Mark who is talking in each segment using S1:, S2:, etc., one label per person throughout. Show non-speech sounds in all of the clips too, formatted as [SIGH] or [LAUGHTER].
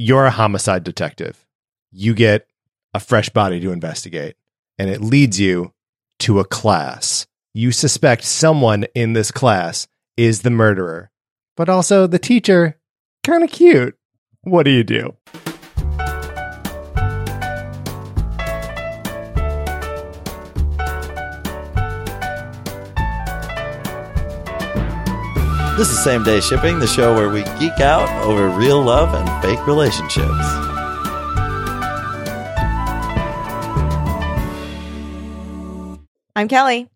S1: you're a homicide detective. You get a fresh body to investigate, and it leads you to a class. You suspect someone in this class is the murderer, but also the teacher, kind of cute. What do you do?
S2: This is Same Day Shipping, the show where we geek out over real love and fake relationships.
S3: I'm Kelly.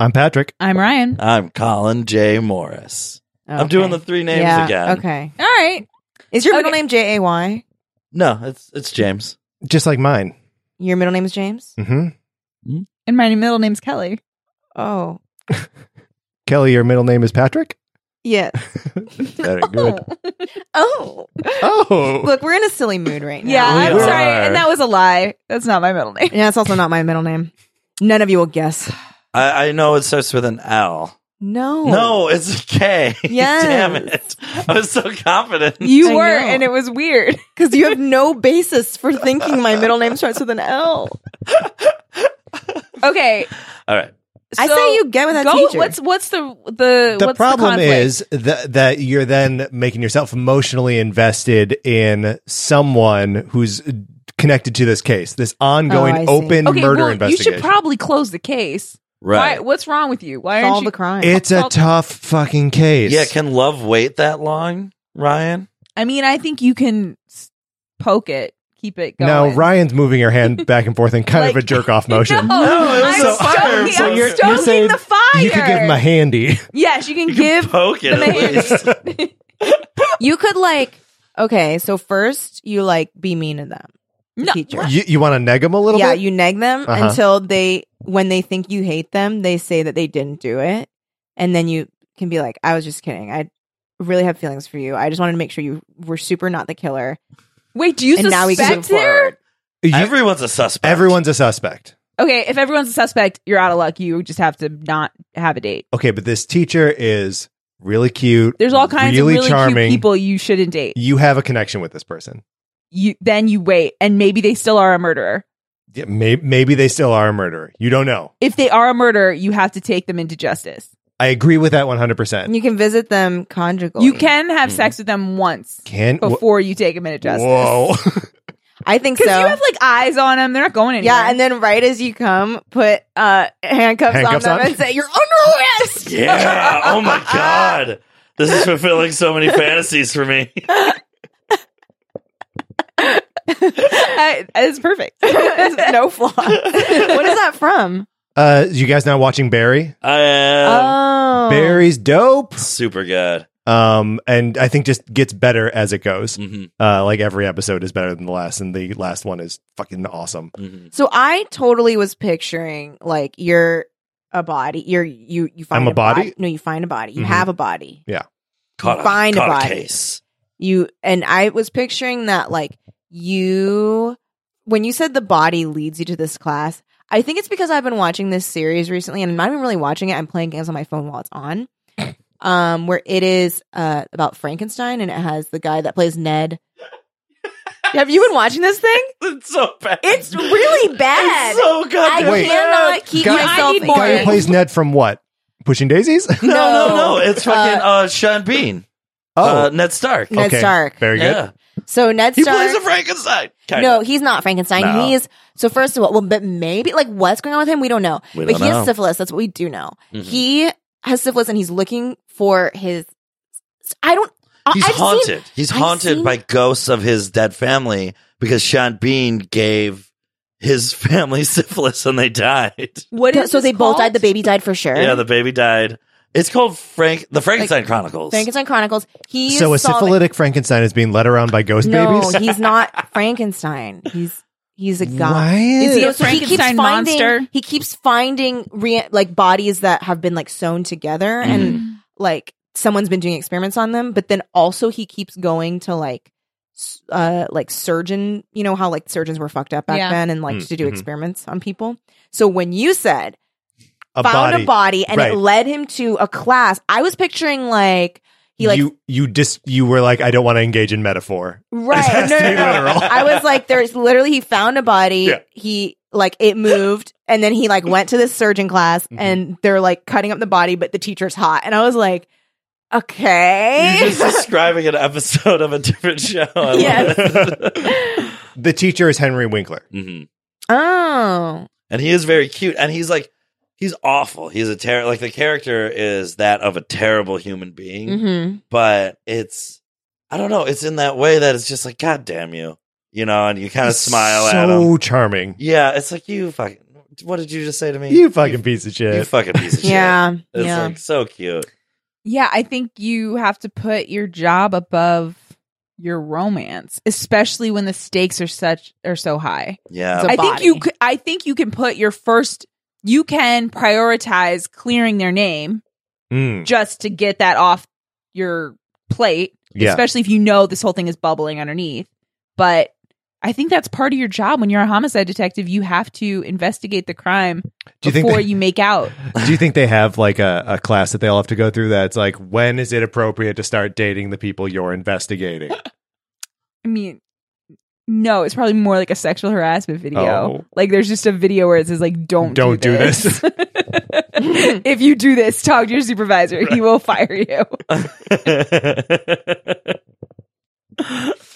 S1: I'm Patrick.
S4: I'm Ryan.
S2: I'm Colin J. Morris. I'm doing the three names
S3: yeah,
S2: again.
S3: Okay.
S4: All right.
S3: Is your middle
S4: Okay.
S3: name J A Y?
S2: No, it's it's James.
S1: Just like mine.
S3: Your middle name is James.
S1: Mm-hmm.
S4: And my middle name's Kelly.
S3: Oh,
S1: Kelly, your middle name is Patrick?
S4: [LAUGHS]
S3: yes.
S1: Very good.
S3: oh,
S1: [LAUGHS] Oh.
S3: look, we're in a silly mood right now.
S4: Yeah,
S2: We
S4: I'm
S2: are.
S4: sorry. And that was a lie. That's not my middle name.
S3: yeah. That's also not my middle name. None of you will guess.
S2: I, I know it starts with an L.
S3: No.
S2: No, it's a K. [LAUGHS]
S3: Yes.
S2: Damn it. I was so confident.
S4: You
S3: I
S4: were,
S3: know.
S4: and it was weird.
S3: [LAUGHS] Because you have no basis for thinking my middle name starts with an L.
S4: Okay.
S2: All right.
S3: I
S4: so
S3: say you get with that
S4: go-
S3: teacher.
S4: What's what's the the
S1: The
S4: what's
S1: problem
S4: conflict?
S1: is that, that you're then making yourself emotionally invested in someone who's connected to this case, this
S3: Oh, I
S1: ongoing
S3: see.
S1: open
S4: okay.
S1: murder
S4: well, you
S1: investigation.
S4: should probably close the case. Why,
S2: Right.
S4: what's wrong with you? Why
S3: solve
S4: aren't
S3: the
S4: you?
S3: crime?
S1: It's a
S4: Well-
S1: tough fucking case.
S2: Yeah, can love wait that long, Ryan?
S4: I mean, I think you can s- poke it, keep it going.
S1: no, Ryan's moving her
S4: [LAUGHS]
S1: hand back and forth in kind of a
S4: Like-
S1: jerk off
S4: [LAUGHS]
S1: motion. [LAUGHS]
S4: No,
S2: No, it was
S4: I'm
S2: a fire,
S4: stoking,
S2: so
S4: I'm
S2: you're- you're
S4: stoking
S1: saying
S4: the fire.
S1: You could give him a handy.
S4: yes, you can
S2: You can
S4: give
S2: poke it
S4: them a
S2: at
S4: hand.
S2: least.
S3: you could like. Okay, so first you like be mean to them. the
S4: No,
S3: teacher.
S1: You, you want to neg him a little
S3: yeah,
S1: bit?
S3: you neg them
S1: Uh-huh.
S3: until they, when they think you hate them, they say that they didn't do it, and then you can be like, "I was just kidding. I really have feelings for you. I just wanted to make sure you were super not the killer."
S4: Wait, do you
S3: and
S4: suspect
S3: now we can move
S4: there?
S3: forward.
S1: You-
S2: Everyone's a suspect.
S1: everyone's a suspect.
S4: Okay, if everyone's a suspect, you're out of luck. You just have to not have a date.
S1: Okay, but this teacher is really cute.
S4: There's all kinds
S1: really
S4: of really
S1: charming.
S4: cute people you shouldn't date.
S1: You have a connection with this person.
S4: You then you wait, and maybe they still are a murderer.
S1: Yeah, may- maybe they still are a murderer. You don't know.
S4: If they are a murderer, you have to take them into justice.
S1: I agree with that 100%.
S3: You can visit them conjugally.
S1: Mm.
S4: You can have sex with them once
S1: Can
S4: before you take them into justice.
S1: Whoa. [LAUGHS]
S3: I think so.
S4: Because you have like eyes on them. They're not going anywhere.
S3: yeah, and then right as you come, put uh, handcuffs,
S1: Handcuffs
S3: on them
S1: on?
S3: and say, "You're under arrest."
S2: [LAUGHS] Yeah. Oh my
S3: [LAUGHS]
S2: god. This is fulfilling so many fantasies for me.
S4: I- it's perfect.
S3: [LAUGHS] It's no flaw. [LAUGHS] what is that from?
S1: Uh, you guys not watching Barry?
S2: I am
S3: oh,
S1: Barry's dope.
S2: super good.
S1: Um, and I think just gets better as it goes.
S2: hmm
S1: Uh, like every episode is better than the last, and the last one is fucking awesome.
S4: mm-hmm.
S2: hmm
S3: So I totally was picturing like you're a body. You're you you find
S1: I'm a
S3: bod-
S1: body?
S3: No, you find a body. You
S1: Mhm.
S3: have a body.
S2: Caught a,
S3: Find a
S2: caught
S3: body.
S2: case.
S3: You and I was picturing that like you when you said the body leads you to this class. I think it's because I've been watching this series recently, and I'm not even really watching it. I'm playing games on my phone while it's on. Um, where it is uh about Frankenstein, and it has the guy that plays Ned. Have you been watching this thing?
S2: It's so bad.
S3: It's really bad.
S2: [LAUGHS] It's so
S3: I
S2: goddamn
S1: Wait.
S3: cannot keep
S1: Guy-
S3: myself.
S4: I need
S3: in
S4: more.
S1: Guy who
S3: it. [LAUGHS]
S1: plays Ned from what? Pushing Daisies? [LAUGHS]
S2: No, no, no. It's fucking uh, Sean Bean.
S1: oh,
S2: Uh, Ned Stark.
S3: Ned
S1: okay.
S3: Stark.
S1: Very good.
S2: Yeah.
S3: So Ned
S2: He
S3: Stark.
S2: plays a Frankenstein. Kind
S3: no,
S2: of.
S3: he's not Frankenstein.
S2: No.
S3: He is. So first of all, well, but maybe like what's going on with him, we don't know.
S2: We
S3: but
S2: don't
S3: he
S2: know.
S3: has syphilis. That's what we do know.
S2: Mhm.
S3: He has syphilis, and he's looking for his. I don't. I-
S2: He's
S3: I've seen-
S2: haunted. he's
S3: I've
S2: haunted
S3: seen-
S2: by ghosts of his dead family because Sean Bean gave his [LAUGHS] family syphilis and they died.
S4: what is
S3: so
S4: this
S3: they both died.
S4: called?
S3: The baby died for sure.
S2: Yeah, the baby died. It's called Frank the Frankenstein Chronicles.
S3: Frankenstein Chronicles. He
S1: So a
S3: is solving-
S1: syphilitic Frankenstein is being led around by ghost
S3: No,
S1: babies?
S3: he's not Frankenstein. He's he's a god.
S1: Why?
S3: Is
S4: he
S3: you know,
S4: a
S3: so he keeps
S4: Frankenstein
S3: finding,
S4: monster?
S3: He keeps finding re- like bodies that have been like sewn together and like someone's been doing experiments on them. But then also he keeps going to like s- uh like surgeon. You know how like surgeons were fucked up back
S4: Yeah.
S3: then and like
S1: Mm,
S3: to do
S1: mhm.
S3: experiments on people. So when you said
S1: [LAUGHS] a
S3: found
S1: body.
S3: a body and
S1: Right.
S3: it led him to a class, I was picturing like he like
S1: you you dis you were like I don't want to engage in metaphor. [LAUGHS]
S3: [LAUGHS] Right.
S1: has
S3: No,
S1: to
S3: no,
S1: be
S3: no.
S1: literal.
S3: I was like, there's literally, he found a body.
S1: Yeah.
S3: He, like, it moved. And then he, like, went to this surgeon class
S1: Mhm.
S3: and they're, like, cutting up the body, but the teacher's hot. And I was like, okay.
S2: You're just describing an episode of a different show. I love
S3: Yes.
S2: it.
S1: The teacher is Henry Winkler.
S2: Mhm.
S3: oh.
S2: And he is very cute. And he's like, he's awful. He's a terror. Like the character is that of a terrible human being.
S3: Mm-hmm.
S1: [LAUGHS]
S2: But it's, I don't know. It's in that way that it's just like, God damn you, you know. And you kind of
S1: He's
S2: smile
S1: so
S2: at him.
S1: charming.
S2: Yeah, it's like you fucking. What did you just say to me?
S1: You fucking piece of
S2: you
S1: shit.
S2: fucking piece of shit.
S3: Yeah.
S2: It's
S3: yeah.
S2: like so cute.
S4: Yeah, I think you have to put your job above your romance, especially when the stakes are such are so high.
S2: Yeah.
S3: So- The
S4: I think
S3: body.
S4: you c- I think you can put your first you can prioritize clearing their name
S1: Mm,
S4: just to get that off your plate,
S1: yeah.
S4: especially if you know this whole thing is bubbling underneath. But I think that's part of your job when you're a homicide detective, you have to investigate the crime
S1: Do you think
S4: before
S1: they-
S4: you make out.
S1: Do you think they have like a, a class that they all have to go through that's like when is it appropriate to start dating the people you're investigating?
S4: I mean, no, it's probably more like a sexual harassment video.
S1: Oh.
S4: Like there's just a video where it says like don't
S1: Don't do this.
S4: [LAUGHS] if you do this, talk to your supervisor. He will fire you.
S2: [LAUGHS]
S3: [LAUGHS]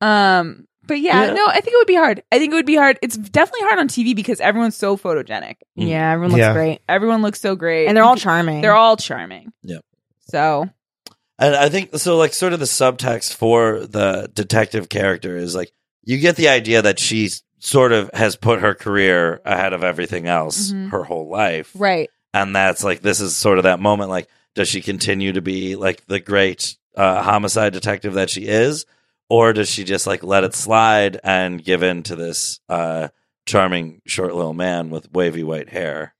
S4: Um but yeah,
S2: Yeah.
S4: no, I think it would be hard. I think it would be hard. It's definitely hard on TV because everyone's so photogenic.
S3: Yeah. Everyone looks
S1: Mm. Yeah.
S3: great.
S4: Everyone looks so great.
S3: And they're all charming.
S4: they're all charming.
S2: Yeah.
S4: So
S2: and I think so. Like sort of the subtext for the detective character is like you get the idea that she sort of has put her career ahead of everything else
S4: Mhm.
S2: her whole life,
S4: Right.
S2: and that's like this is sort of that moment. Like, does she continue to be like the great uh, homicide detective that she is, or does she just like let it slide and give in to this uh, charming short little man with wavy white hair?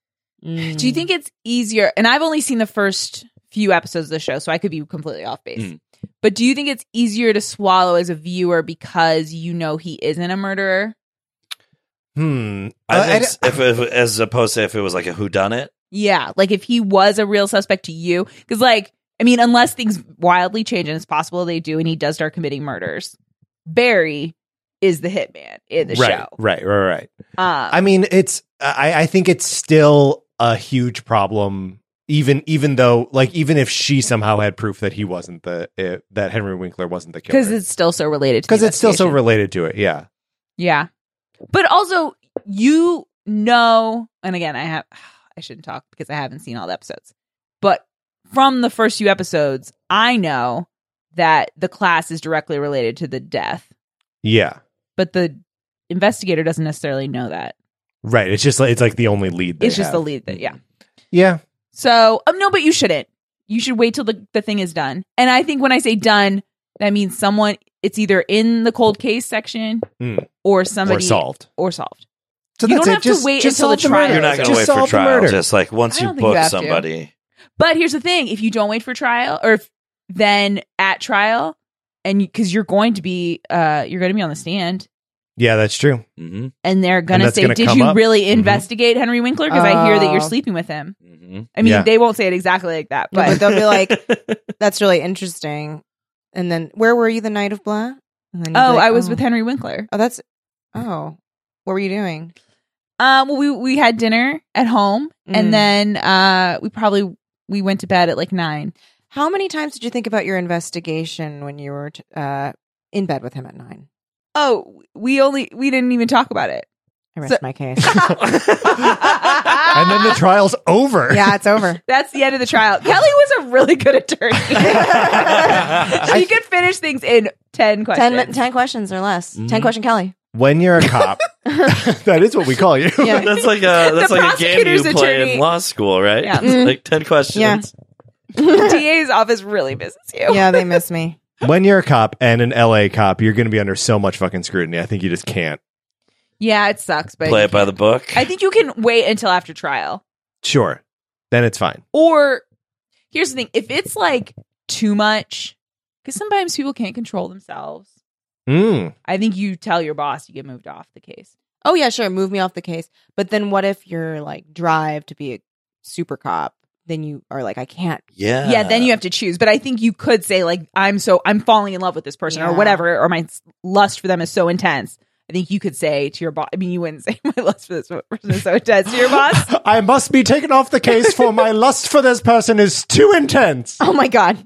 S3: Mm.
S4: Do you think it's easier? And I've only seen the first few episodes of the show, so I could be completely off base.
S2: Mm.
S4: But do you think it's easier to swallow as a viewer because you know he isn't a murderer?
S1: Hmm. Uh,
S2: I think
S1: I-
S2: if, if as opposed to if it was like a who done it.
S4: Yeah. Like if he was a real suspect to you, because like, I mean, unless things wildly change and it's possible they do and he does start committing murders, Barry is the hitman in the
S1: right,
S4: show.
S1: right, right, right.
S4: Um,
S1: I mean, it's I, I think it's still a huge problem Even even though like even if she somehow had proof that he wasn't the uh, that Henry Winkler wasn't the killer
S4: because it's still so related. to the
S1: because it's still so
S4: investigation.
S1: related to it. Yeah,
S4: Yeah. But also, you know, and again, I have, I shouldn't talk because I haven't seen all the episodes. But from the first few episodes, I know that the class is directly related to the death,
S1: yeah,
S4: but the investigator doesn't necessarily know that.
S1: right. It's just like it's like the only lead. they
S4: it's just the
S1: have.
S4: lead that, yeah.
S1: Yeah,
S4: So, um, no, but you shouldn't. You should wait till the, the thing is done. And I think when I say done, that means someone, it's either in the cold case section
S1: Mm.
S4: or somebody
S1: or solved.
S4: or solved.
S1: So
S4: You
S1: that's
S4: don't
S1: it.
S4: have to
S1: just,
S4: wait
S1: just
S4: until the
S1: solve
S4: trial.
S1: murder.
S2: You're not going to
S1: Just
S2: wait for
S1: solve the
S2: trial.
S1: murder.
S2: Just like once
S4: I
S2: you
S4: don't think you
S2: book
S4: have to.
S2: somebody,
S4: But here's the thing: if you don't wait for trial, or if then at trial, and because you're going to be, uh, you're going to be on the stand,
S1: yeah, that's true.
S2: hmm
S4: and they're going to
S1: that's
S4: say,
S1: gonna
S4: "Did
S1: come
S4: you
S1: up.
S4: really
S1: Mhm.
S4: investigate Henry Winkler?" Because I hear that you're
S3: Oh.
S4: sleeping with him.
S2: hmm
S4: I mean,
S1: Yeah.
S4: they won't say it exactly like that,
S3: But
S4: but
S3: they'll be
S2: [LAUGHS]
S3: like, "That's really [LAUGHS] interesting." And then, where were you the night of blah? And then you'll be
S4: oh,
S3: like,
S4: I was
S3: "Oh.
S4: with Henry Winkler.
S3: Oh, that's. Oh, what were you doing?
S4: Um, well, we we had dinner at home,
S3: Mm.
S4: and then uh, we probably we went to bed at like nine.
S3: How many times did you think about your investigation when you were t- uh, in bed with him at nine?
S4: Oh, we only we didn't even talk about it.
S3: I
S4: So-
S3: rest my case. [LAUGHS]
S1: And then the trial's over.
S3: yeah, it's over.
S4: That's the end of the trial. Kelly was a really good
S3: [LAUGHS]
S4: attorney. [LAUGHS] she could finish things in 10 questions.
S3: Ten, [LAUGHS] mi- 10 questions or less.
S2: Mhm.
S3: 10 question Kelly.
S1: When you're a
S3: [LAUGHS]
S1: cop, that is what we call you.
S3: Yeah.
S2: That's like a that's
S4: The
S2: like a game you
S4: prosecutor's
S2: play
S4: attorney.
S2: in law school, right?
S4: Yeah.
S2: It's like ten questions.
S3: Yeah.
S4: The DA's office really misses you.
S3: [LAUGHS] Yeah, they miss me.
S1: when you're a cop and an LA cop, you're going to be under so much fucking scrutiny. I think you just can't.
S4: Yeah, it sucks, but
S2: Play it by the book.
S4: I think you can wait until after trial.
S1: Sure. Then it's fine.
S4: Or here's the thing, if it's like too much cuz sometimes people can't control themselves.
S1: Mm.
S4: I think you tell your boss you get moved off the case.
S3: [LAUGHS] Oh, yeah, sure. Move me off the case. But then what if your like drive to be a super cop? Then you are like, I can't.
S2: yeah.
S4: yeah, then you
S3: Uh.
S4: have to choose. But I think you could say like I'm so I'm falling in love with this person or
S3: Yeah.
S4: whatever, or my s- lust for them is so intense. I think you could say to your boss. I mean, you wouldn't [LAUGHS] say my lust for this person is so intense to your boss.
S3: [LAUGHS]
S1: [LAUGHS] I must be taken off the case for my lust for this person is too intense.
S3: Oh my God.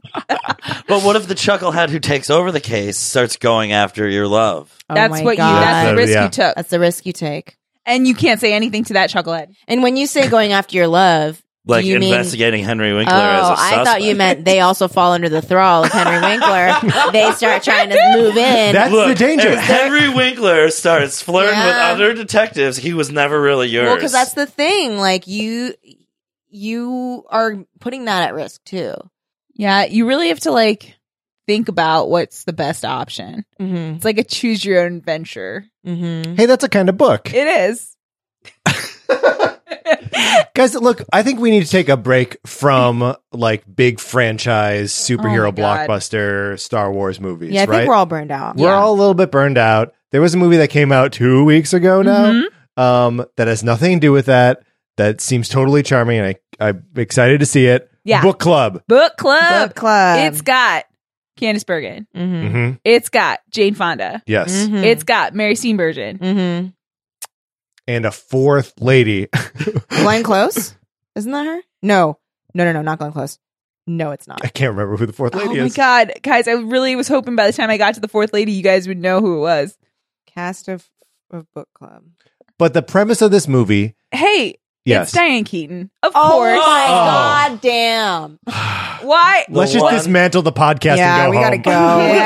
S2: But what if the chucklehead who takes over the case starts going after your love?
S3: Oh
S4: that's
S3: my
S4: what you.
S3: God.
S4: That's the
S1: Yeah.
S4: risk
S1: Yeah.
S4: you took,
S3: That's the risk you take.
S4: and you can't say anything to that chucklehead.
S3: And when you say going after your love, do
S2: Like
S3: you mean-
S2: investigating Henry
S3: Oh,
S2: Winkler as a
S3: I
S2: suspect.
S3: thought you meant they also fall under the thrall of Henry
S2: [LAUGHS]
S3: Winkler. they start trying to move in.
S1: That's the danger.
S2: If Henry Winkler starts flirting with
S3: Yeah.
S2: other detectives, he was never really yours.
S3: well, because that's the thing. Like you, you are putting that at risk too.
S4: Yeah, you really have to like think about what's the best option.
S3: Mm-hmm.
S4: It's like a choose your own venture.
S3: Mm-hmm.
S1: Hey, that's a kind of book.
S4: It is.
S1: Guys, look, I think we need to take a break from like big franchise superhero
S4: Oh my God.
S1: blockbuster Star Wars movies,
S3: Yeah, I
S1: right?
S3: think we're all burned out.
S1: We're all a little bit burned out. There was a movie that came out two weeks ago now
S3: Mm-hmm.
S4: Mm-hmm.
S1: um, that has nothing to do with that. That seems totally charming, and I, I'm excited to see it.
S4: Yeah.
S1: Book club.
S4: Book club.
S3: Book club.
S4: It's got Candice Bergen.
S3: mm-hmm.
S1: hmm
S4: It's got Jane Fonda.
S1: Yes,
S4: It's got Mary Steenburgen.
S3: mm-hmm.
S1: and a fourth lady. [LAUGHS] Mm-hmm.
S3: Glenn Close. Isn't that her? No, no, no, no, not Glenn Close. No, it's not.
S1: I can't remember who the fourth [LAUGHS]
S4: Oh
S1: lady
S4: my
S1: is.
S4: god, guys! I really was hoping by the time I got to the fourth lady, you guys would know who it was.
S3: Cast of of book club.
S1: But the premise of this movie,
S4: Hey,
S1: yes,
S4: it's Diane Keaton, of
S3: Oh
S4: course.
S3: my
S1: Oh.
S3: god, damn!
S4: Why?
S1: let's just
S2: one-
S1: dismantle the podcast
S3: yeah,
S1: and
S3: we
S1: go
S3: gotta
S1: home.
S3: go. [LAUGHS]
S4: Yeah.
S3: We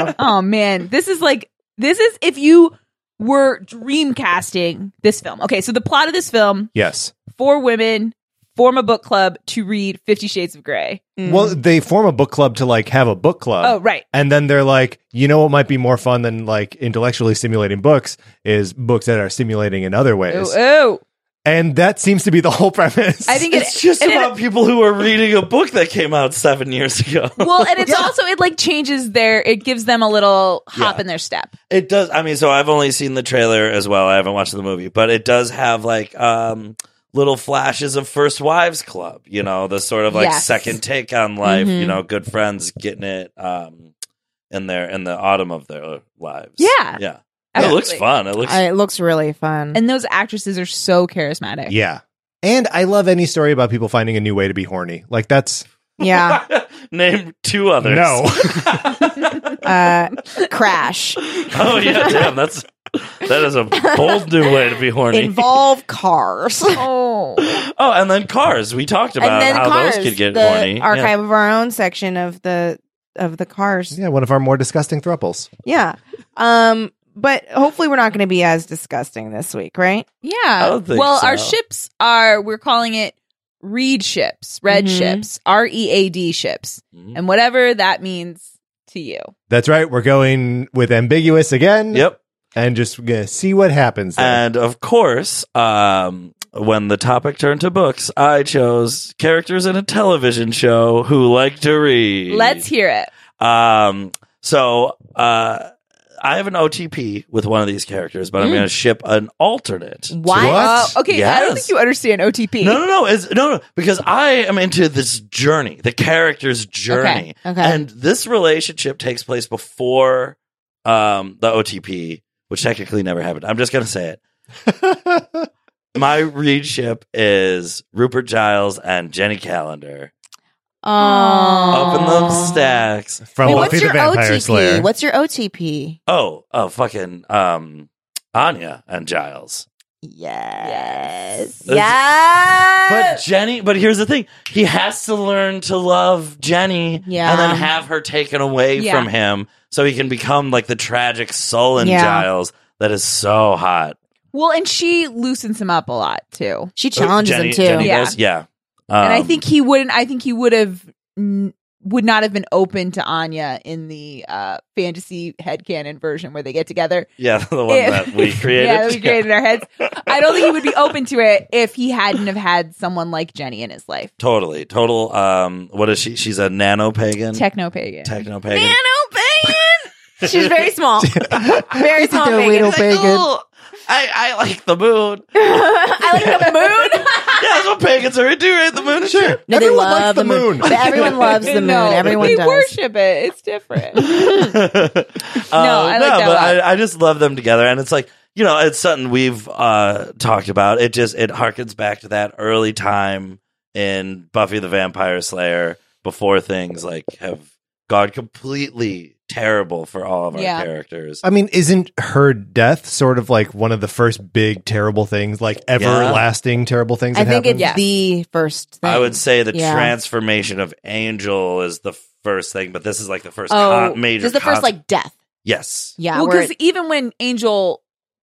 S3: gotta go.
S4: Oh man, this is like this is if you were dream casting this film. Okay, so the plot of this film:
S1: Yes.
S4: four women form a book club to read Fifty Shades of Grey.
S3: Mm.
S1: Well, they form a book club to like have a book club.
S4: Oh right,
S1: And then they're like, you know what might be more fun than like intellectually stimulating books is books that are stimulating in other ways.
S3: uh.
S4: oh, oh.
S1: And that seems to be the [LAUGHS] whole premise.
S4: I think it-
S2: it's just
S4: and it-
S2: about people who are reading a book that came out seven years ago.
S4: [LAUGHS] Well, and it's also it like changes their it gives them a little hop
S2: Yeah.
S4: in their step.
S2: It does. I mean, so I've only seen the trailer as well. I haven't watched the movie, but it does have like um, little flashes of First Wives Club. You know, the sort of like
S4: Yes.
S2: second take on life.
S3: Mhm.
S2: You know, good friends getting it um, in their in the autumn of their lives.
S4: Yeah.
S2: yeah. It looks
S4: Absolutely.
S2: fun. It looks.
S3: I- it looks Uh, really fun.
S4: And those actresses are so charismatic.
S1: [LAUGHS] yeah. And I love any story about people finding a new way to be horny. Like that's
S3: [LAUGHS] Yeah.
S2: [LAUGHS] Name two others.
S1: No.
S3: Uh, crash.
S2: [LAUGHS] oh yeah, damn. That's that is a bold new way to be horny.
S3: Involve cars.
S4: Oh.
S2: [LAUGHS] oh, and then cars. We talked
S3: and
S2: about
S3: then
S2: how
S3: cars.
S2: those could get
S3: the
S2: horny. Yeah.
S3: archive of our own section of the of the cars.
S1: yeah, one of our more disgusting thruples.
S3: Yeah. Um. But hopefully we're not going to be as disgusting this week, right?
S2: I
S4: Yeah.
S2: don't think
S4: Well, our
S2: so.
S4: ships are we're calling it read ships, red
S3: Mhm.
S4: ships, R E A D ships.
S2: Mhm.
S4: And whatever that means to you.
S1: That's right. We're going with ambiguous again.
S2: Yep.
S1: And just gonna see what happens. There.
S2: And of course, um, when the topic turned to books, I chose characters in a television show who like to read.
S4: Let's hear it.
S2: Um, so uh, I have an OTP with one of these characters, but I'm
S4: Mm.
S2: going to ship an alternate.
S4: Why?
S1: What?
S4: Oh, okay, I don't
S2: Yes.
S4: think you understand OTP.
S2: No, no, no, it's, no, no, because I am into this journey, the character's journey,
S3: okay.
S2: and this relationship takes place before um, the OTP, which technically never happened. I'm just going to say it. My read ship is Rupert Giles and Jenny Calendar.
S4: Aw.
S2: Open
S4: Aww.
S2: them stacks.
S1: [LAUGHS] From
S3: Wait,
S1: Buffy
S3: what's
S1: Oh, the
S3: your
S1: Vampire
S3: OTP?
S1: Slayer.
S3: What's your OTP?
S2: Oh, oh, fucking um, Anya and Giles.
S3: Yes.
S2: Yes. But
S3: Yes.
S2: Jenny, but here's the thing: he has to learn to love Jenny,
S3: Yeah.
S2: and then have her taken away
S4: Yeah.
S2: from him, so he can become like the tragic sullen
S3: Yeah.
S2: Giles that is so hot.
S4: Well, and she loosens him up a lot too.
S1: Uh,
S3: she challenges
S2: Jenny,
S3: him too.
S2: Jenny
S4: Yeah.
S2: does, yeah.
S4: and I
S2: Um,
S4: think he wouldn't I think he would have n- would not have been open to Anya in the uh fantasy headcanon version where they get together
S2: yeah, [LAUGHS] the one
S4: if-
S2: that we
S4: [LAUGHS]
S2: created.
S4: yeah, that we created in our heads. I don't think he would be open to it if he hadn't have had someone like Jenny in his life.
S2: Totally, total. Um, what is she? She's a nano pagan,
S4: Techno pagan.
S2: techno pagan. [LAUGHS]
S3: She's very small. very small. [LAUGHS]
S1: They're
S3: Megan.
S1: little pagan.
S2: I, I like
S4: [LAUGHS]
S2: the moon.
S3: I like the moon.
S2: Yeah, that's what pagans are into, right? The moon, sure.
S3: No, they
S1: Everyone
S3: love
S1: likes
S3: the,
S1: the
S3: moon.
S1: moon.
S3: But everyone
S1: [LAUGHS]
S3: loves the moon.
S4: No,
S3: everyone
S4: they
S3: does.
S4: worship it. It's different.
S2: [LAUGHS] Uh,
S4: No, I like that
S2: but
S4: a lot.
S2: I, I just love them together, and it's like you know, it's something we've uh, talked about. It just it harkens back to that early time in Buffy the Vampire Slayer before things like have gone completely terrible for all of our
S4: Yeah.
S2: characters.
S1: I mean, isn't her death sort of like one of the first big terrible things, like everlasting terrible things
S3: I
S1: that
S3: think it's
S1: happen?
S4: Yeah.
S3: the first thing.
S2: I would say the
S3: Yeah.
S2: transformation of Angel is the first thing, but this is like the first
S3: Oh,
S2: con- major.
S3: this is the
S2: con-
S3: first like death.
S2: yes,
S3: Yeah,
S4: well,
S3: where
S4: because even when Angel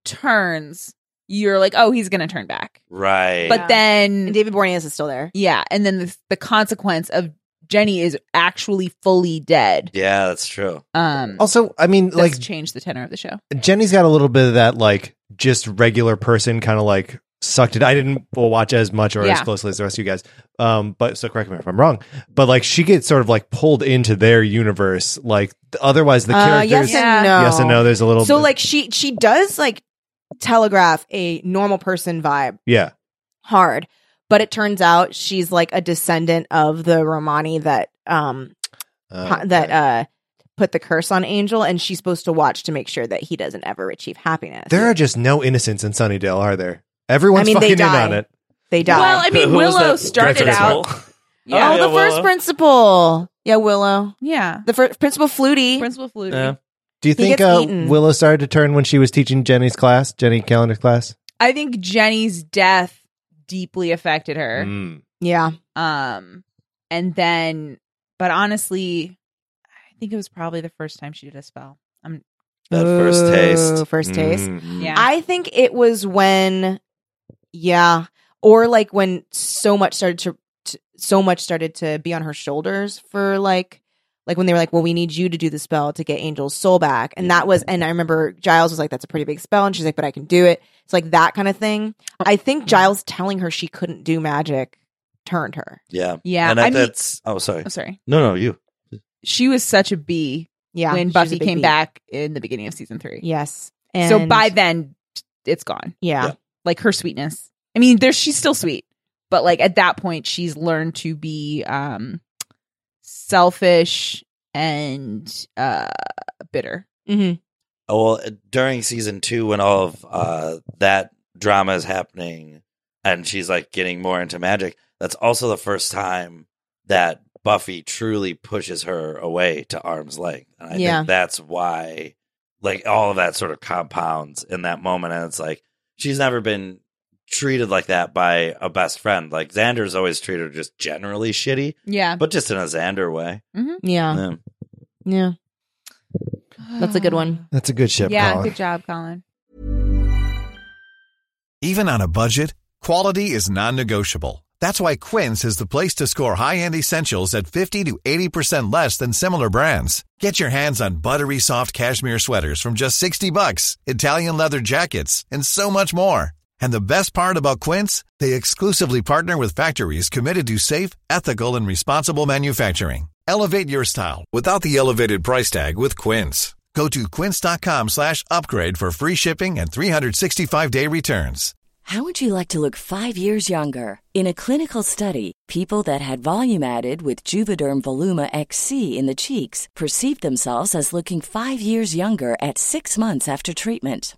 S4: turns, you're like, oh, he's gonna turn back.
S2: right.
S4: But
S3: Yeah.
S4: then,
S3: David Boreanaz is still there.
S4: yeah, and then the, the consequence of Jenny is actually fully dead.
S2: yeah, that's true.
S3: Oh,
S4: Um,
S1: Also, I mean,
S4: that's
S1: like
S4: changed the tenor of the show.
S1: Jenny's got a little bit of that, like just regular person kind of like sucked it. I didn't watch as much or
S4: Yeah.
S1: as closely as the rest of you guys, um, but so correct me if I'm wrong. But like, she gets sort of like pulled into their universe. Like otherwise, the
S3: Uh,
S1: characters,
S3: yes
S1: yes,
S4: Yeah.
S3: and no.
S1: and no. There's a little,
S3: So
S1: bit-
S3: like she she does like telegraph a normal person vibe
S1: yeah,
S3: hard, but it turns out she's like a descendant of the Romani that um
S1: Uh,
S3: that uh put the curse on Angel, and she's supposed to watch to make sure that he doesn't ever achieve happiness.
S1: there are just no innocents in Sunnydale, are there? Everyone's
S3: I mean, they
S1: fucking in
S3: die.
S1: on it.
S3: they die.
S4: Well, I mean,
S2: Who was
S4: Willow
S2: that?
S4: started
S1: That's
S4: out.
S3: oh,
S4: Yeah,
S2: yeah,
S3: the first
S2: Willow.
S3: principal. Yeah, Willow.
S4: yeah.
S3: The first principal Flutie.
S4: Principal Flutie.
S2: Yeah.
S1: Do you think
S3: gets
S1: uh,
S3: eaten.
S1: Willow started to turn when she was teaching Jenny's class, Jenny Calendar's class?
S4: I think Jenny's death deeply affected her.
S2: Hmm.
S1: Mm.
S3: yeah.
S4: Um, and then, but honestly, I think it was probably the first time she did a spell. I'm
S2: That first taste. Hmm.
S3: Ooh, Oh, First taste.
S1: Mm.
S4: yeah.
S3: I think it was when, yeah, or like when so much started to, to so much started to be on her shoulders for like. Like when they were like, "Well, we need you to do the spell to get Angel's soul back," and that was, and I remember Giles was like, "That's a pretty big spell," and she's like, "But I can do it." It's like that kind of thing.
S4: Oh.
S3: I think Giles telling her she couldn't do magic turned her.
S2: Yeah.
S4: Yeah,
S2: And
S4: I
S2: that,
S4: mean-
S2: that's. Oh, sorry.
S4: I'm sorry.
S2: No, no, you.
S4: She was such a bee
S3: Yeah,
S4: when
S3: she's a
S4: Buffy
S3: big
S4: came
S3: bee.
S4: back in the beginning of season three.
S3: Yes,
S4: so
S3: And-
S4: by then, it's gone.
S3: yeah,
S2: Yeah.
S4: Like her sweetness. I mean, there she's still sweet, but like at that point, she's learned to be um selfish and uh bitter.
S3: Mhm.
S2: uh, Oh, well, during season two, when all of uh, that drama is happening, and she's like getting more into magic. That's also the first time that Buffy truly pushes her away to arm's length. And I
S3: Yeah.
S2: think that's why like all of that sort of compounds in that moment and it's like she's never been treated like that by a best friend. Like Xander's always treated her just generally shitty,
S4: Yeah.
S2: but just in a Xander way.
S3: Mm-hmm. Yeah.
S2: Yeah.
S3: Yeah. That's a good one.
S1: That's a good ship,
S4: yeah,
S1: Colin.
S4: good job, Colin.
S5: Even on a budget, quality is non-negotiable. That's why Quince is the place to score high-end essentials at 50 to 80% less than similar brands. Get your hands on buttery soft cashmere sweaters from just 60 bucks, Italian leather jackets, and so much more. And the best part about Quince, they exclusively partner with factories committed to safe, ethical, and responsible manufacturing. Elevate your style without the elevated price tag with Quince. Go to quince.com slash upgrade for free shipping and 365-day returns.
S6: How would you like to look five years younger? In a clinical study, people that had volume added with Juvederm Voluma XC in the cheeks perceived themselves as looking five years younger at six months after treatment.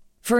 S6: For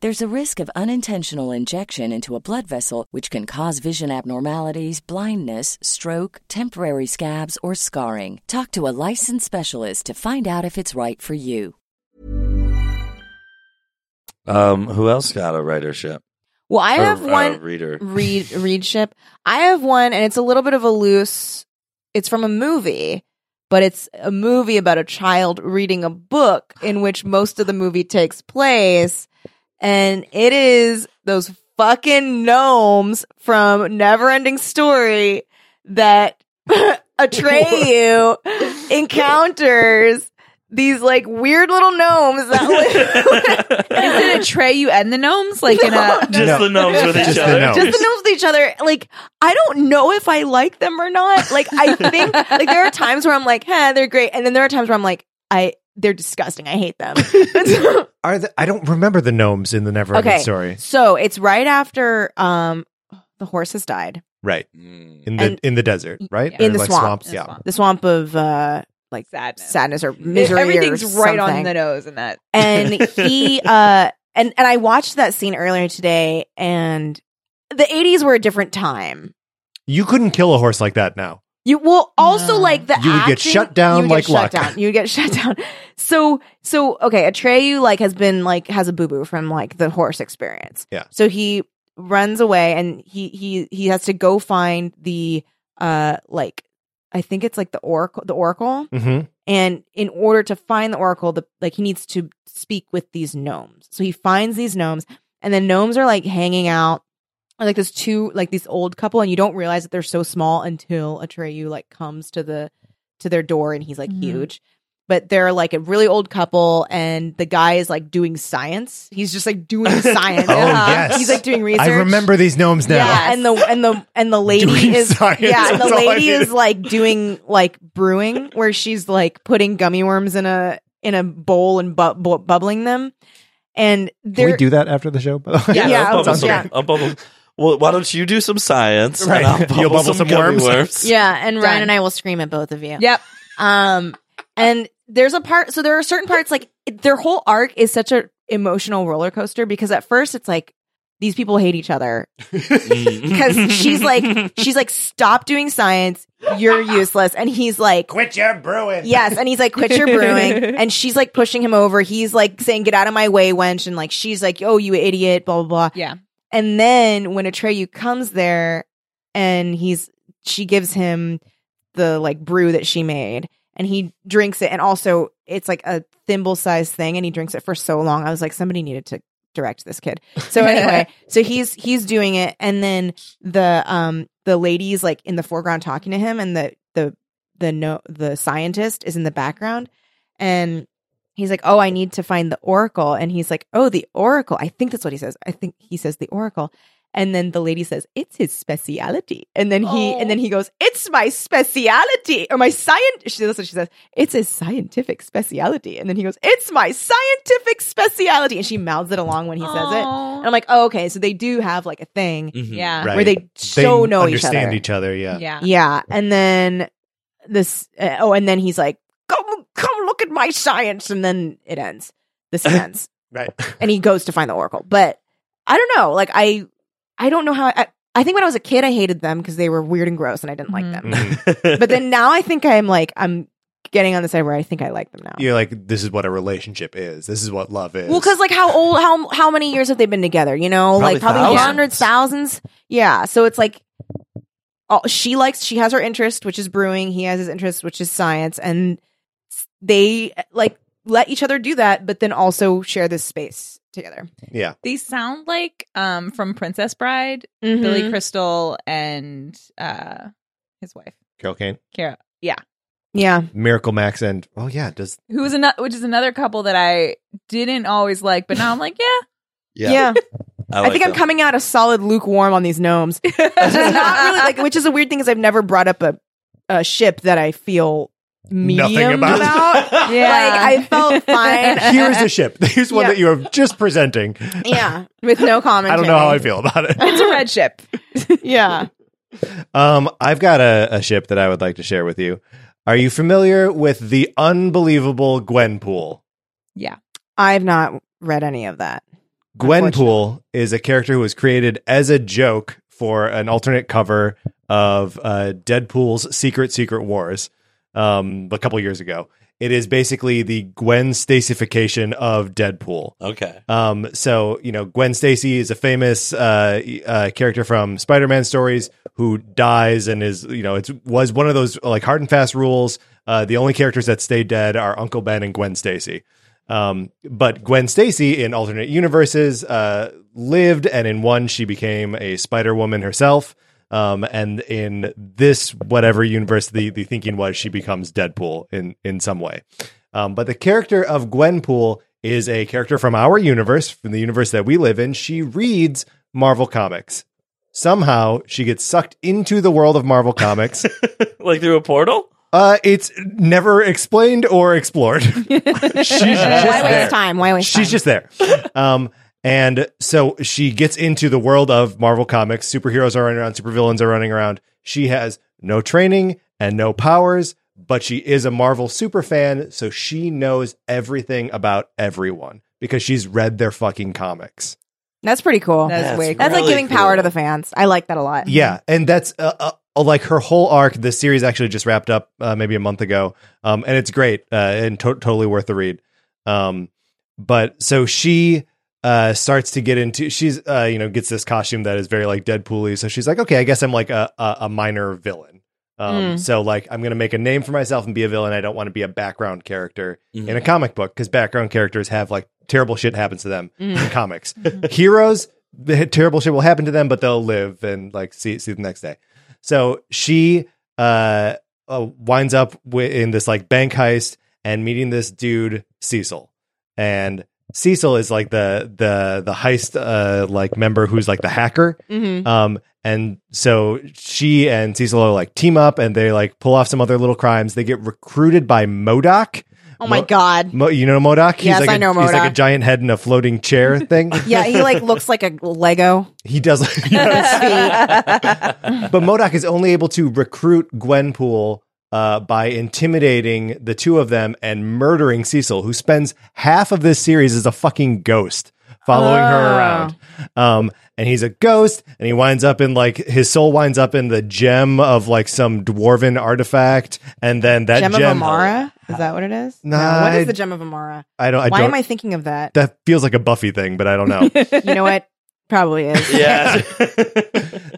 S6: There's a risk of unintentional injection into a blood vessel, which can cause vision abnormalities, blindness, stroke, temporary scabs, or scarring. Talk to a licensed specialist to find out if it's right for you.
S2: Um, who else got a writership?
S3: Well, I
S2: Or,
S3: have
S2: uh,
S3: one [LAUGHS]
S2: reader.
S3: read read ship. I have one, and it's a little bit of a loose. It's from a movie, but it's a movie about a child reading a book in which most of the movie takes place, and it is those fucking gnomes from Neverending Story that [LAUGHS] Atreyu encounters. These like weird little gnomes that [LAUGHS] live
S1: [LAUGHS]
S4: Is
S3: [LAUGHS]
S4: it a tray you and the gnomes? Like in a
S2: Just
S1: No.
S2: the gnomes with
S1: Just
S2: each
S1: the
S2: other.
S1: gnomes.
S3: just the gnomes with each other. Like, I don't know if I like them or not. Like, [LAUGHS] I think like
S4: [LAUGHS]
S3: there are times where I'm like, huh, they're great, and then there are times where I'm like, I they're disgusting. I hate them. so,
S1: Are the, I don't remember the gnomes in the Never Ending
S3: Okay.
S1: Story.
S3: so it's right after um the horse has died.
S1: Right
S2: Mm.
S1: in the
S3: And-
S1: in the desert, right?
S4: In
S1: Or
S3: the
S1: like
S3: swamp.
S1: swamps.
S4: in a
S1: Yeah,
S4: swamp.
S3: The swamp of uh like
S4: Sadness.
S3: sadness or misery. or
S4: Everything's right on
S3: something.
S4: the nose in that.
S3: [LAUGHS] and
S2: [LAUGHS]
S3: he uh and and I watched that scene earlier today, and the 80s were a different time.
S1: you couldn't kill a horse like that now.
S3: You well also
S4: No.
S3: like the
S1: You would get
S3: acting-
S1: shut down
S3: you would get
S1: like luck.
S3: shut down. You would get shut [LAUGHS] down. So so okay, Atreyu like has been like has a boo boo from like the horse experience.
S1: Yeah.
S3: So he runs away and he he he has to go find the uh like I think it's like the oracle the oracle
S1: [LAUGHS] Mm-hmm.
S3: and in order to find the oracle the like he needs to speak with these gnomes so he finds these gnomes and the gnomes are like hanging out or, like this two like this old couple and you don't realize that they're so small until atreyu like comes to the to their door and he's like
S4: Mhm.
S3: huge but they're like a really old couple and the guy is like doing science he's just like doing science Uh-huh.
S1: Oh, yes.
S3: he's like doing research
S1: I remember these gnomes now.
S3: yeah, and the and the and the lady
S1: Doing
S3: is
S1: science,
S3: yeah, and the
S1: that's all I
S3: lady
S1: needed.
S3: is like doing like brewing, where she's like putting gummy worms in a in a bowl and bu- bu- bubbling them, and
S1: Can we
S3: they're
S1: do that after the show? By the way? [LAUGHS]
S3: Yeah, Yeah, I'll
S2: bubble
S3: bubble
S2: some- I'll bubble- Well, why don't you do some science?
S1: Right.
S2: And I'll bubble
S1: [LAUGHS] You'll bubble some
S2: some, gummy
S1: worms.
S3: [LAUGHS] yeah, and Ryan
S4: Done.
S3: and I will scream at both of you.
S4: Yep.
S3: Um, and there's a part. So there are certain parts like it- their whole arc is such a emotional roller coaster because at first it's like these people hate each
S1: [LAUGHS]
S3: other because she's like
S2: [LAUGHS]
S3: she's like stop doing science,
S1: [LAUGHS]
S3: you're useless, and he's like
S1: Quit your brewing.
S3: Yes, and he's like, "Quit
S1: [LAUGHS]
S3: your brewing," and she's like pushing him over. He's like saying, "Get out of my way, wench," and like she's like, "Oh, you idiot," blah blah blah.
S4: Yeah.
S3: And then when Atreyu comes there, and he's she gives him the like brew that she made, and he drinks it, and also it's like a thimble sized thing, and he drinks it for so long. I was like, somebody needed to direct this kid. So anyway, so he's he's doing it, and then the um the lady's like in the foreground talking to him, and the the the no the scientist is in the background, and he's like, "Oh, I need to find the oracle," and he's like, "Oh, the oracle." I think that's what he says. I think he says the oracle, and then the lady says, "It's his speciality," and then he and then he goes, "It's my speciality or my science." She, that's what she says. It's his scientific speciality, and then he goes, "It's my scientific speciality," and she mouths it along when he says it. And I'm like, "Oh, okay." So they do have like a thing
S2: Mhm.
S4: Yeah.
S3: where they so know each other.
S1: understand each other. Yeah.
S4: Yeah.
S3: Yeah, and then this. Uh, oh, and then he's like, "Come, come, look at my science," and then it ends. This ends,
S1: Right. [LAUGHS]
S3: and he goes to find the oracle. But I don't know. Like I, I don't know how. I, I think when I was a kid, I hated them because they were weird and gross, and I didn't like
S4: Mhm.
S3: them.
S1: Mm-hmm.
S3: [LAUGHS] but then now I think I'm like I'm getting on the side where I think I like them now.
S1: You're like, this is what a relationship is. This is what love is.
S3: Well, because like how old, how how many years have they been together? You know,
S1: Probably
S3: like probably
S1: thousands.
S3: hundreds, thousands. Yeah. So it's like, all, she likes, she has her interest, which is brewing. He has his interest, which is science, and s- they like let each other do that, but then also share this space together.
S1: yeah.
S4: They sound like um from Princess Bride,
S3: Mhm.
S4: Billy Crystal and uh his wife,
S1: Carol Kane,
S4: Kara. Yeah.
S3: Yeah.
S1: Miracle Max, and oh yeah, does
S4: Who is another which is another couple that I didn't always like, but now I'm like, yeah.
S3: Yeah. I,
S2: like
S3: think I'm
S2: them.
S3: coming out a solid lukewarm on these gnomes, which is not really [LAUGHS] like, which is a weird thing, is I've never brought up a a ship that I feel medium
S1: nothing about.
S3: about. Like I [LAUGHS] felt fine.
S1: [LAUGHS] Here's
S4: [LAUGHS]
S1: a ship. [LAUGHS] Here's one
S3: Yeah.
S1: that you are just
S3: [LAUGHS]
S1: presenting.
S3: Yeah, with no comment.
S1: I don't know how I feel about it.
S4: it's a red ship.
S3: Yeah.
S1: Um, I've got a, a ship that I would like to share with you. Are you familiar with the unbelievable Gwenpool?
S3: I've not read any of that.
S1: Gwenpool is a character who was created as a joke for an alternate cover of uh, Deadpool's Secret Secret Wars um, a couple years ago. It is basically the Gwen Stacyfication of Deadpool.
S2: Okay.
S1: Um, so you know, Gwen Stacy is a famous uh, uh, character from Spider-Man stories who dies and is you know it was one of those like hard and fast rules. Uh, the only characters that stay dead are Uncle Ben and Gwen Stacy. Um, but Gwen Stacy in alternate universes uh, lived, and in one she became a Spider Woman herself. Um, and in this whatever universe, the the thinking was she becomes Deadpool in in some way. Um, but the character of Gwenpool is a character from our universe, from the universe that we live in. She reads Marvel comics. Somehow she gets sucked into the world of Marvel [LAUGHS] comics.
S2: like through a portal?
S1: uh, it's never explained or explored. She's
S3: Why
S1: just there.
S3: waste time? Why waste time?
S1: She's just there. Um, and so she gets into the world of Marvel comics. Superheroes are running around, supervillains are running around. She has no training and no powers, but she is a Marvel super fan, so she knows everything about everyone because she's read their fucking comics.
S3: That's pretty cool.
S4: That's
S3: That's,
S4: way cool.
S3: like
S2: really
S3: giving power
S2: cool.
S3: to the fans. I like that a lot. Oh
S1: Yeah, and that's uh, uh, uh, like her whole arc. The series actually just wrapped up uh, maybe a month ago, um, and it's great uh, and to- totally worth the read. Um, but so she uh, starts to get into she's uh, you know gets this costume that is very like Deadpool-y. So she's like, okay, I guess I'm like a a, a minor villain. Um,
S3: Mm.
S1: So like I'm gonna make a name for myself and be a villain. I don't want to be a background character
S2: Mhm.
S1: in a comic book because background characters have like terrible shit happens to them
S3: Mm.
S1: in comics. Heroes, the terrible shit will happen to them, but they'll live and like see see the next day. So she uh, uh winds up wi- in this like bank heist and meeting this dude Cecil, and Cecil is like the the the heist uh like member who's like the hacker.
S3: Mhm.
S1: Um, and so she and Cecil are like team up and they like pull off some other little crimes. They get recruited by Modoc.
S3: Oh my
S1: Mo-
S3: god.
S1: Mo- you know Modoc? He's
S3: Yes,
S1: like
S3: I
S1: a-
S3: know
S1: He's like a
S3: Modok.
S1: giant head in a floating chair
S3: [LAUGHS]
S1: thing.
S3: Yeah, he like looks like a
S4: [LAUGHS]
S3: Lego.
S1: He does. [LAUGHS] but Modoc is only able to recruit Gwenpool uh, by intimidating the two of them and murdering Cecil, who spends half of this series as a fucking ghost following her
S3: Oh.
S1: around. Um, and he's a ghost, and he winds up in like his soul winds up in the gem of like some dwarven artifact, and then that
S3: Gem,
S1: gem.
S3: of Amara. Is that what it is?
S1: Nah,
S3: what
S1: I-
S3: is the Gem of Amara?
S1: I don't. I
S3: Why
S1: don't.
S3: am I thinking
S1: [LAUGHS]
S3: of that?
S1: that feels like a Buffy thing, but I don't
S3: [LAUGHS]
S1: know.
S3: you know what? Probably is.
S2: [LAUGHS] Yeah.
S1: [LAUGHS]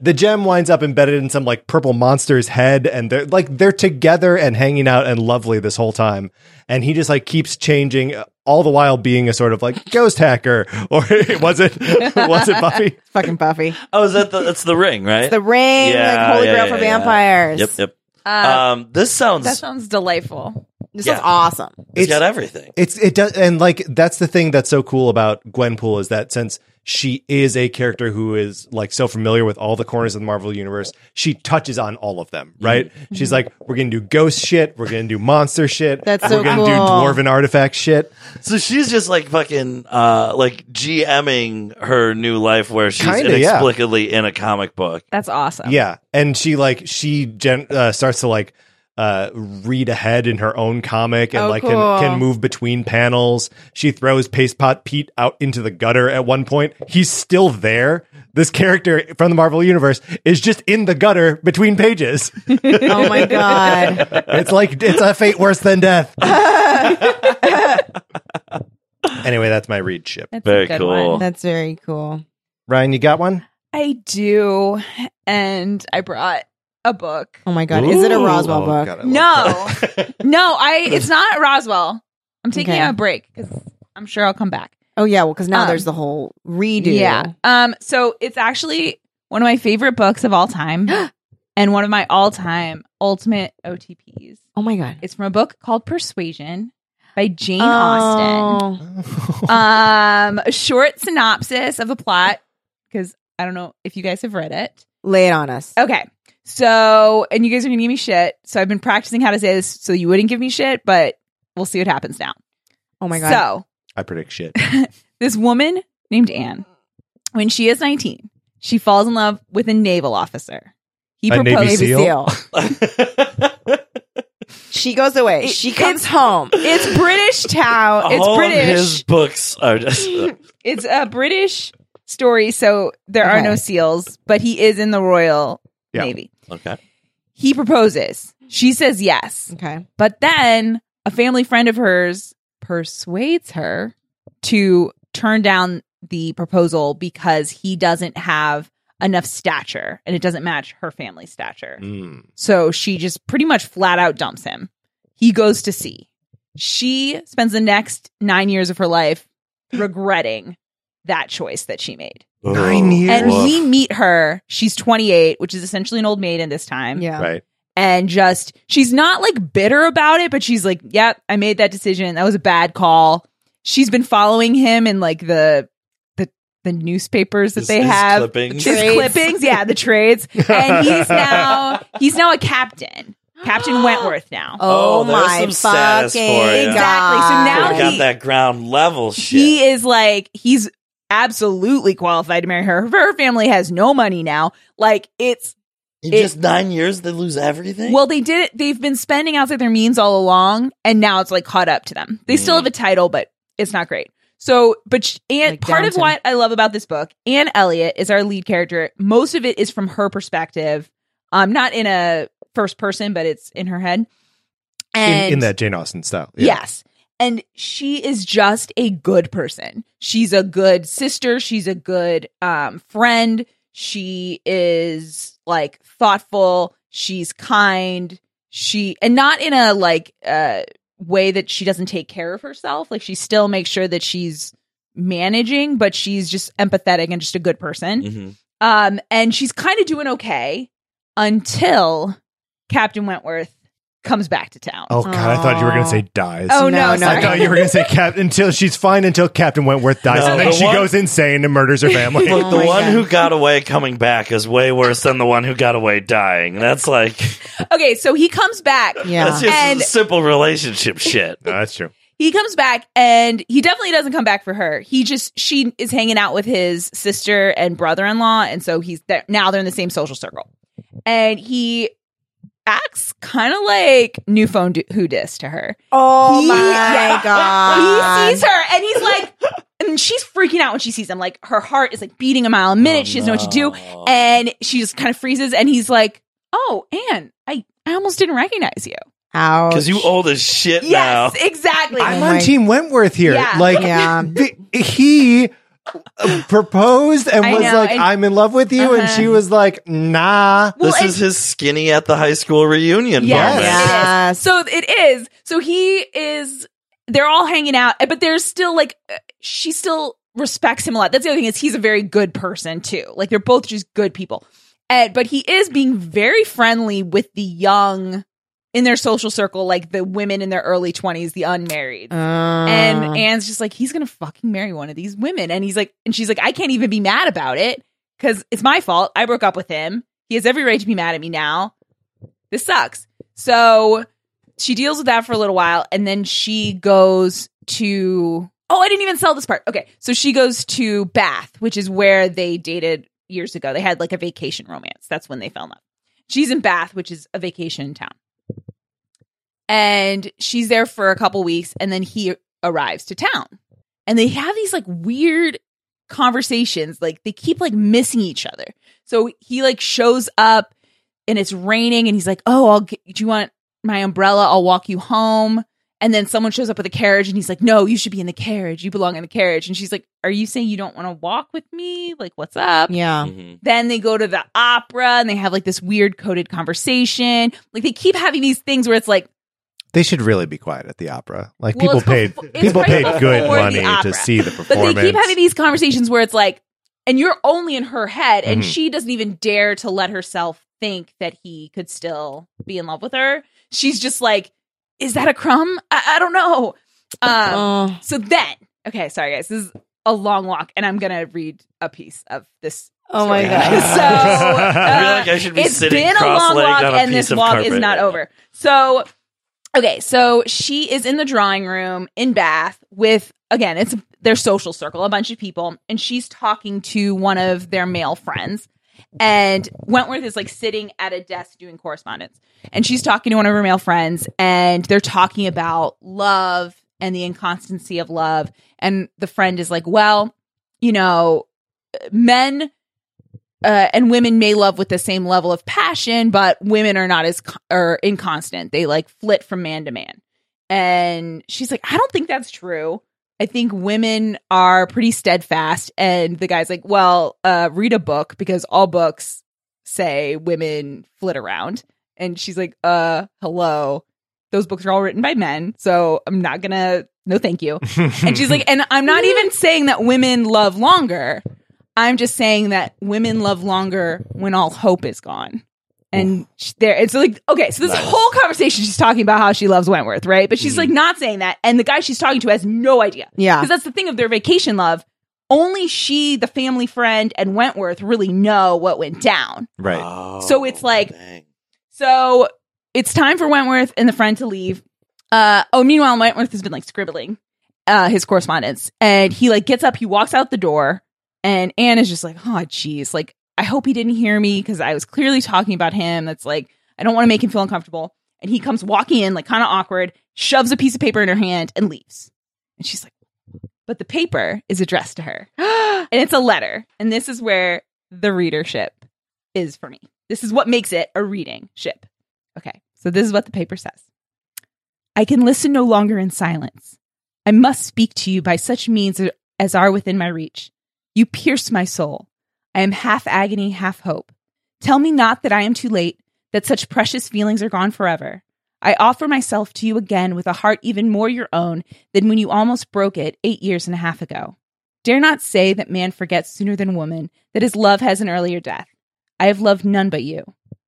S1: the gem winds up embedded in some like purple monster's head and they're like they're together and hanging out and lovely this whole time and he just like keeps changing uh, all the while being a sort of like ghost hacker [LAUGHS] or was it [LAUGHS] was it buffy
S3: It's fucking Buffy.
S2: oh, is that the that's the ring, right?
S3: It's the ring, like
S2: Yeah,
S3: holy
S2: yeah,
S3: grail
S2: yeah,
S3: for
S2: yeah.
S3: vampires.
S2: Yep, yep.
S4: Uh,
S2: Um, this sounds
S4: that sounds delightful.
S3: This
S2: Yeah.
S3: is awesome.
S2: It's
S1: It's-
S2: got everything.
S1: It's it does, and like that's the thing that's so cool about Gwenpool is that since she is a character who is like so familiar with all the corners of the Marvel universe, she touches on all of them. Right? She's like, we're gonna do ghost shit, we're gonna do monster shit,
S3: That's
S1: we're
S3: so
S1: gonna do
S3: cool.
S1: dwarven artifact shit.
S2: So she's just like fucking uh like GMing her new life where she's
S1: Kinda, yeah.
S2: inexplicably in a
S4: [LAUGHS]
S2: comic book.
S4: That's awesome.
S1: Yeah, and she like she gen- uh, starts to like uh read ahead in her own comic and
S3: Oh,
S1: like
S3: cool.
S1: can, can move between panels she throws paste pot pete out into the gutter at one point he's still there this character from the marvel universe is just in the gutter between pages
S3: Oh my
S4: [LAUGHS]
S3: god.
S1: it's like it's a fate worse than death anyway that's my read ship
S4: That's
S2: Very
S4: a good
S2: cool.
S4: One.
S3: That's very cool.
S1: ryan you got one
S4: I do, and I brought a book.
S3: Oh my god. Is it a
S2: Ooh.
S3: Roswell
S1: Oh,
S3: book?
S1: God, I love
S4: No,
S1: that.
S4: no, I. It's not Roswell. I'm taking
S3: Okay.
S4: a break because I'm sure I'll come back.
S3: Oh yeah, well cuz now
S4: Um,
S3: there's the whole redo.
S4: Yeah. Um. So it's actually one of my favorite books of all
S3: [GASPS]
S4: time, and one of my all-time ultimate OTPs.
S3: Oh my god.
S4: It's from a book called Persuasion by Jane Austen.
S3: Oh.
S4: um a short synopsis of the plot because i don't know if you guys have read it
S3: Lay it on us.
S4: okay so and you guys are gonna give me shit so i've been practicing how to say this so you wouldn't give me shit but we'll see what happens now
S3: Oh my god.
S4: so
S1: [LAUGHS] i predict shit
S4: this woman named anne when she is 19 she falls in love with a naval officer he
S1: A Navy
S4: proposes
S1: SEAL?
S3: Seal. she goes away.
S4: It-
S3: she comes home.
S4: it's british town it's
S2: All
S4: british
S2: Of his books
S4: [LAUGHS]
S2: are just uh,
S4: it's a British story, so there are
S3: Okay.
S4: no seals, but he is in the Royal
S1: Yeah.
S4: Navy.
S2: okay.
S4: He proposes. She says yes.
S3: Okay.
S4: But then a family friend of hers persuades her to turn down the proposal because he doesn't have enough stature and it doesn't match her family's stature.
S1: Mm.
S4: So she just pretty much flat out dumps him. He goes to sea. She spends the next nine years of her life regretting that choice that she made.
S1: Nine years?
S4: And
S1: Woof.
S4: we meet her. She's 28, which is essentially an old maiden this time.
S3: Yeah.
S1: right
S4: And just, she's not like bitter about it, but she's like, yep, I made that decision. That was a bad call. She's been following him in like the, the, the newspapers that
S2: His-
S4: they
S2: his
S4: have
S2: clippings.
S4: his clippings, yeah, the trades, and he's now he's now a captain, Captain Wentworth now.
S3: Oh,
S2: Oh, there's
S3: my
S2: some sass for
S3: fucking
S2: ya.
S4: Exactly. So
S3: God.
S4: now
S2: Could've got
S4: he-
S2: that ground level shit.
S4: He is like he's absolutely qualified to marry her. Her family has no money now. Like it's
S2: In
S4: it-
S2: just nine years, they lose everything.
S4: well, they did it. They've been spending outside their means all along, and now it's like caught up to them. They still have a title, but it's not great. So, but sh- and
S3: Like
S4: part of
S3: Downton.
S4: what I love about this book, Anne Elliot is our lead character. Most of it is from her perspective, um, not in a first person, but it's in her head. And
S1: in, in that jane austen style
S4: Yes. And she is just a good person. She's a good sister. She's a good um, friend. She is like thoughtful. She's kind. She, and not in a like uh, way that she doesn't take care of herself. Like she still makes sure that she's managing, but she's just empathetic and just a good person.
S1: Mm-hmm.
S2: Mhm.
S4: Um, and she's kind of doing okay until Captain Wentworth comes back to town.
S1: Oh God! I thought you were going to say dies.
S4: Oh no, no!
S3: No, no.
S1: I thought you were going to
S4: [LAUGHS]
S1: say Cap until she's fine until Captain Wentworth dies,
S2: No,
S1: and then
S2: the
S1: she
S2: one-
S1: goes insane and murders her
S4: [LAUGHS]
S1: family.
S2: Look,
S3: Oh
S2: the
S3: my
S2: one
S3: God.
S2: who got away coming back is way worse than the one who got away dying. That's like
S4: okay, so he comes back.
S3: Yeah.
S2: that's just
S4: And-
S2: simple relationship shit.
S1: No, that's true.
S4: He comes back and he definitely doesn't come back for her. He just she is hanging out with his sister and brother-in-law and so he's there now they're in the same social circle. And he acts kind of like new phone do- who dis to her.
S3: Oh
S4: He-
S3: my
S4: yeah.
S3: god.
S4: He sees her and he's like and she's freaking out when she sees him. Like her heart is like beating a mile a minute. she doesn't know what to do.
S2: Oh, no.
S4: and she just kind of freezes and he's like oh anne i i almost didn't recognize you
S3: How?
S2: Because you old as shit
S4: yes exactly
S3: I-
S1: I'm
S3: Oh
S1: on
S3: my-
S1: Team Wentworth here.
S4: Yeah.
S1: Like
S3: Yeah.
S1: the- he proposed and
S4: I
S1: was
S4: know,
S1: like,
S4: and-
S1: "I'm in love with you," and
S4: Uh-huh.
S1: she was like, "Nah."
S2: now.
S4: Well,
S2: This
S4: and-
S2: is his skinny at the high school reunion
S4: Yes.
S2: moment.
S4: Yeah.
S3: Yes.
S4: so it is so he is they're all hanging out but there's still like uh, she still respects him a lot that's the other thing is he's a very good person too like they're both just good people and but he is being very friendly with the young in their social circle, like the women in their early 20s, the unmarried.
S3: and
S4: and Anne's just like, he's going to fucking marry one of these women. And he's like, and she's like, I can't even be mad about it because it's my fault. I broke up with him. He has every right to be mad at me now. This sucks. So she deals with that for a little while. And then she goes to, oh, I didn't even sell this part. Okay. So she goes to Bath, which is where they dated years ago. They had like a vacation romance. That's when they fell in love. She's in Bath, which is a vacation town and she's there for a couple weeks and then he arrives to town and they have these like weird conversations like they keep like missing each other so he like shows up and it's raining and he's like oh i'll get, do you want my umbrella i'll walk you home and then someone shows up with a carriage and he's like no you should be in the carriage you belong in the carriage and she's like are you saying you don't want to walk with me like what's up
S3: yeah,
S2: Mhm.
S4: then they go to the opera and they have like this weird coded conversation like they keep having these things where it's like
S1: They should really be quiet at the opera. Like
S4: Well,
S1: people
S4: it's
S1: paid
S4: befo- it's
S1: people
S4: right
S1: paid good
S4: before the
S1: money to
S4: opera.
S1: see the
S4: But
S1: performance.
S4: they keep having these conversations where it's like, and you're only in her head, and
S1: Mhm.
S4: she doesn't even dare to let herself think that he could still be in love with her. She's just like, is that a crumb? I, I don't know. Um,
S3: Oh.
S4: So then, okay, sorry guys, this is a long walk, and I'm gonna read a piece of this.
S3: Oh my
S4: story.
S3: God.
S4: [LAUGHS] so
S2: [LAUGHS] I feel
S4: uh,
S2: like I should be
S4: it's
S2: sitting
S4: been a long
S2: cross-legged
S4: walk,
S2: on a
S4: and
S2: piece
S4: this
S2: of
S4: walk
S2: carpet.
S4: is not over. So, okay, so she is in the drawing room in Bath with again, it's their social circle, a bunch of people, and she's talking to one of their male friends. And Wentworth is like sitting at a desk doing correspondence, and she's talking to one of her male friends, and they're talking about love and the inconstancy of love. And the friend is like, "Well, you know, men uh, and women may love with the same level of passion, but women are not as co- are inconstant. They like flit from man to man. And she's like, I don't think that's true. I think women are pretty steadfast. And the guy's like, Well, uh, read a book because all books say women flit around. And she's like, Uh, hello. Those books are all written by men, so I'm not gonna. No, thank you. And she's like, and I'm not even saying that women love longer. I'm just saying that women love longer when all hope is gone. And she, there, it's like, okay, so this
S2: Nice.
S4: whole conversation, she's talking about how she loves Wentworth, right? But she's like not saying that. And the guy she's talking to has no idea.
S3: yeah.
S4: Because that's the thing of their vacation love. Only she, the family friend, and Wentworth really know what went down.
S1: right.
S2: Oh,
S4: So it's like-
S2: dang.
S4: So it's time for Wentworth and the friend to leave. Uh, oh, meanwhile, Wentworth has been like scribbling uh, his correspondence, and he like gets up, he walks out the door, and Anne is just like, "Oh, geez, like I hope he didn't hear me because I was clearly talking about him. That's like I don't want to make him feel uncomfortable." And he comes walking in, like kind of awkward, shoves a piece of paper in her hand, and leaves. And she's like, "But the paper is addressed to her, [GASPS] and it's a letter, and this is where the readership is for me. This is what makes it a reading ship. Okay, so this is what the paper says I can listen no longer in silence. I must speak to you by such means as are within my reach. You pierce my soul. I am half agony, half hope. Tell me not that I am too late, that such precious feelings are gone forever. I offer myself to you again with a heart even more your own than when you almost broke it eight years and a half ago. Dare not say that man forgets sooner than woman, that his love has an earlier death. I have loved none but you.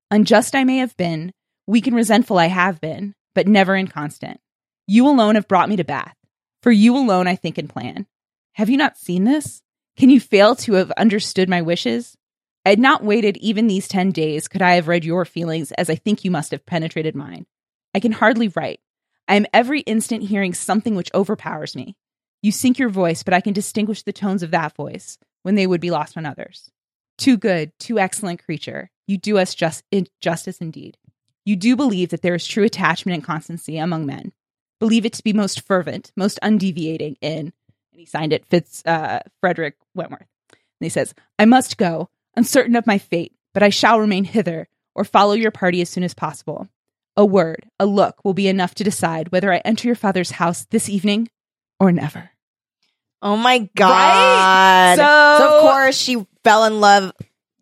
S4: Unjust I may have been, weak and resentful I have been, but never inconstant. You alone have brought me to Bath. For you alone I think and plan. Have you not seen this? Can you fail to have understood my wishes? I had not waited even these 10 days could I have read your feelings as I think you must have penetrated mine. I can hardly write. I am every instant hearing something which overpowers me. You sink your voice, but I can distinguish the tones of that voice when they would be lost on others. Too good, too excellent creature, you do us just in- justice indeed. You do believe that there is true attachment and constancy among men. Believe it to be most fervent, most undeviating in, and he signed it Fitz uh, Frederick Wentworth. And he says, I must go, uncertain of my fate, but I shall remain hither or follow your party as soon as possible. A word, a look will be enough to decide whether I enter your father's house this evening or never.
S3: Oh my god!
S4: So-
S3: of course she fell in love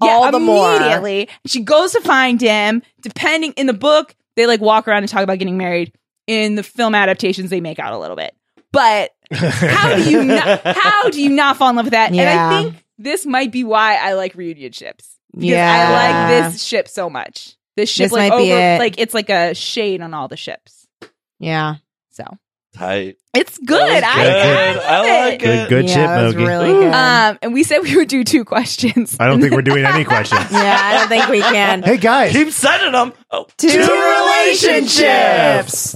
S3: all the more.
S4: immediately she goes to find him depending in the book they like walk around and talk about getting married in the film adaptations they make out a little bit but how do you
S3: [LAUGHS]
S4: not how do you not fall in love with that and
S3: Yeah.
S4: i think this might be why i like reunion ships because
S3: Yeah.
S4: i like this ship so much This ship
S3: This
S4: like
S3: might be
S4: over
S3: it.
S4: like it's like a shade on all the ships.
S3: Yeah.
S4: So
S2: Tight.
S4: it's good. I, I
S2: Good.
S4: love
S2: I like
S1: [LAUGHS]
S4: it.
S1: Good, good
S3: yeah,
S1: shit,
S3: that was
S1: Mogi.
S3: really good.
S7: Uh,
S4: Um, and we said we would do two questions.
S1: I don't
S4: [LAUGHS]
S1: think we're doing any questions.
S3: yeah, I don't think we can.
S1: Hey guys,
S2: Keep sending them. Oh,
S3: Two
S2: two
S3: relationships.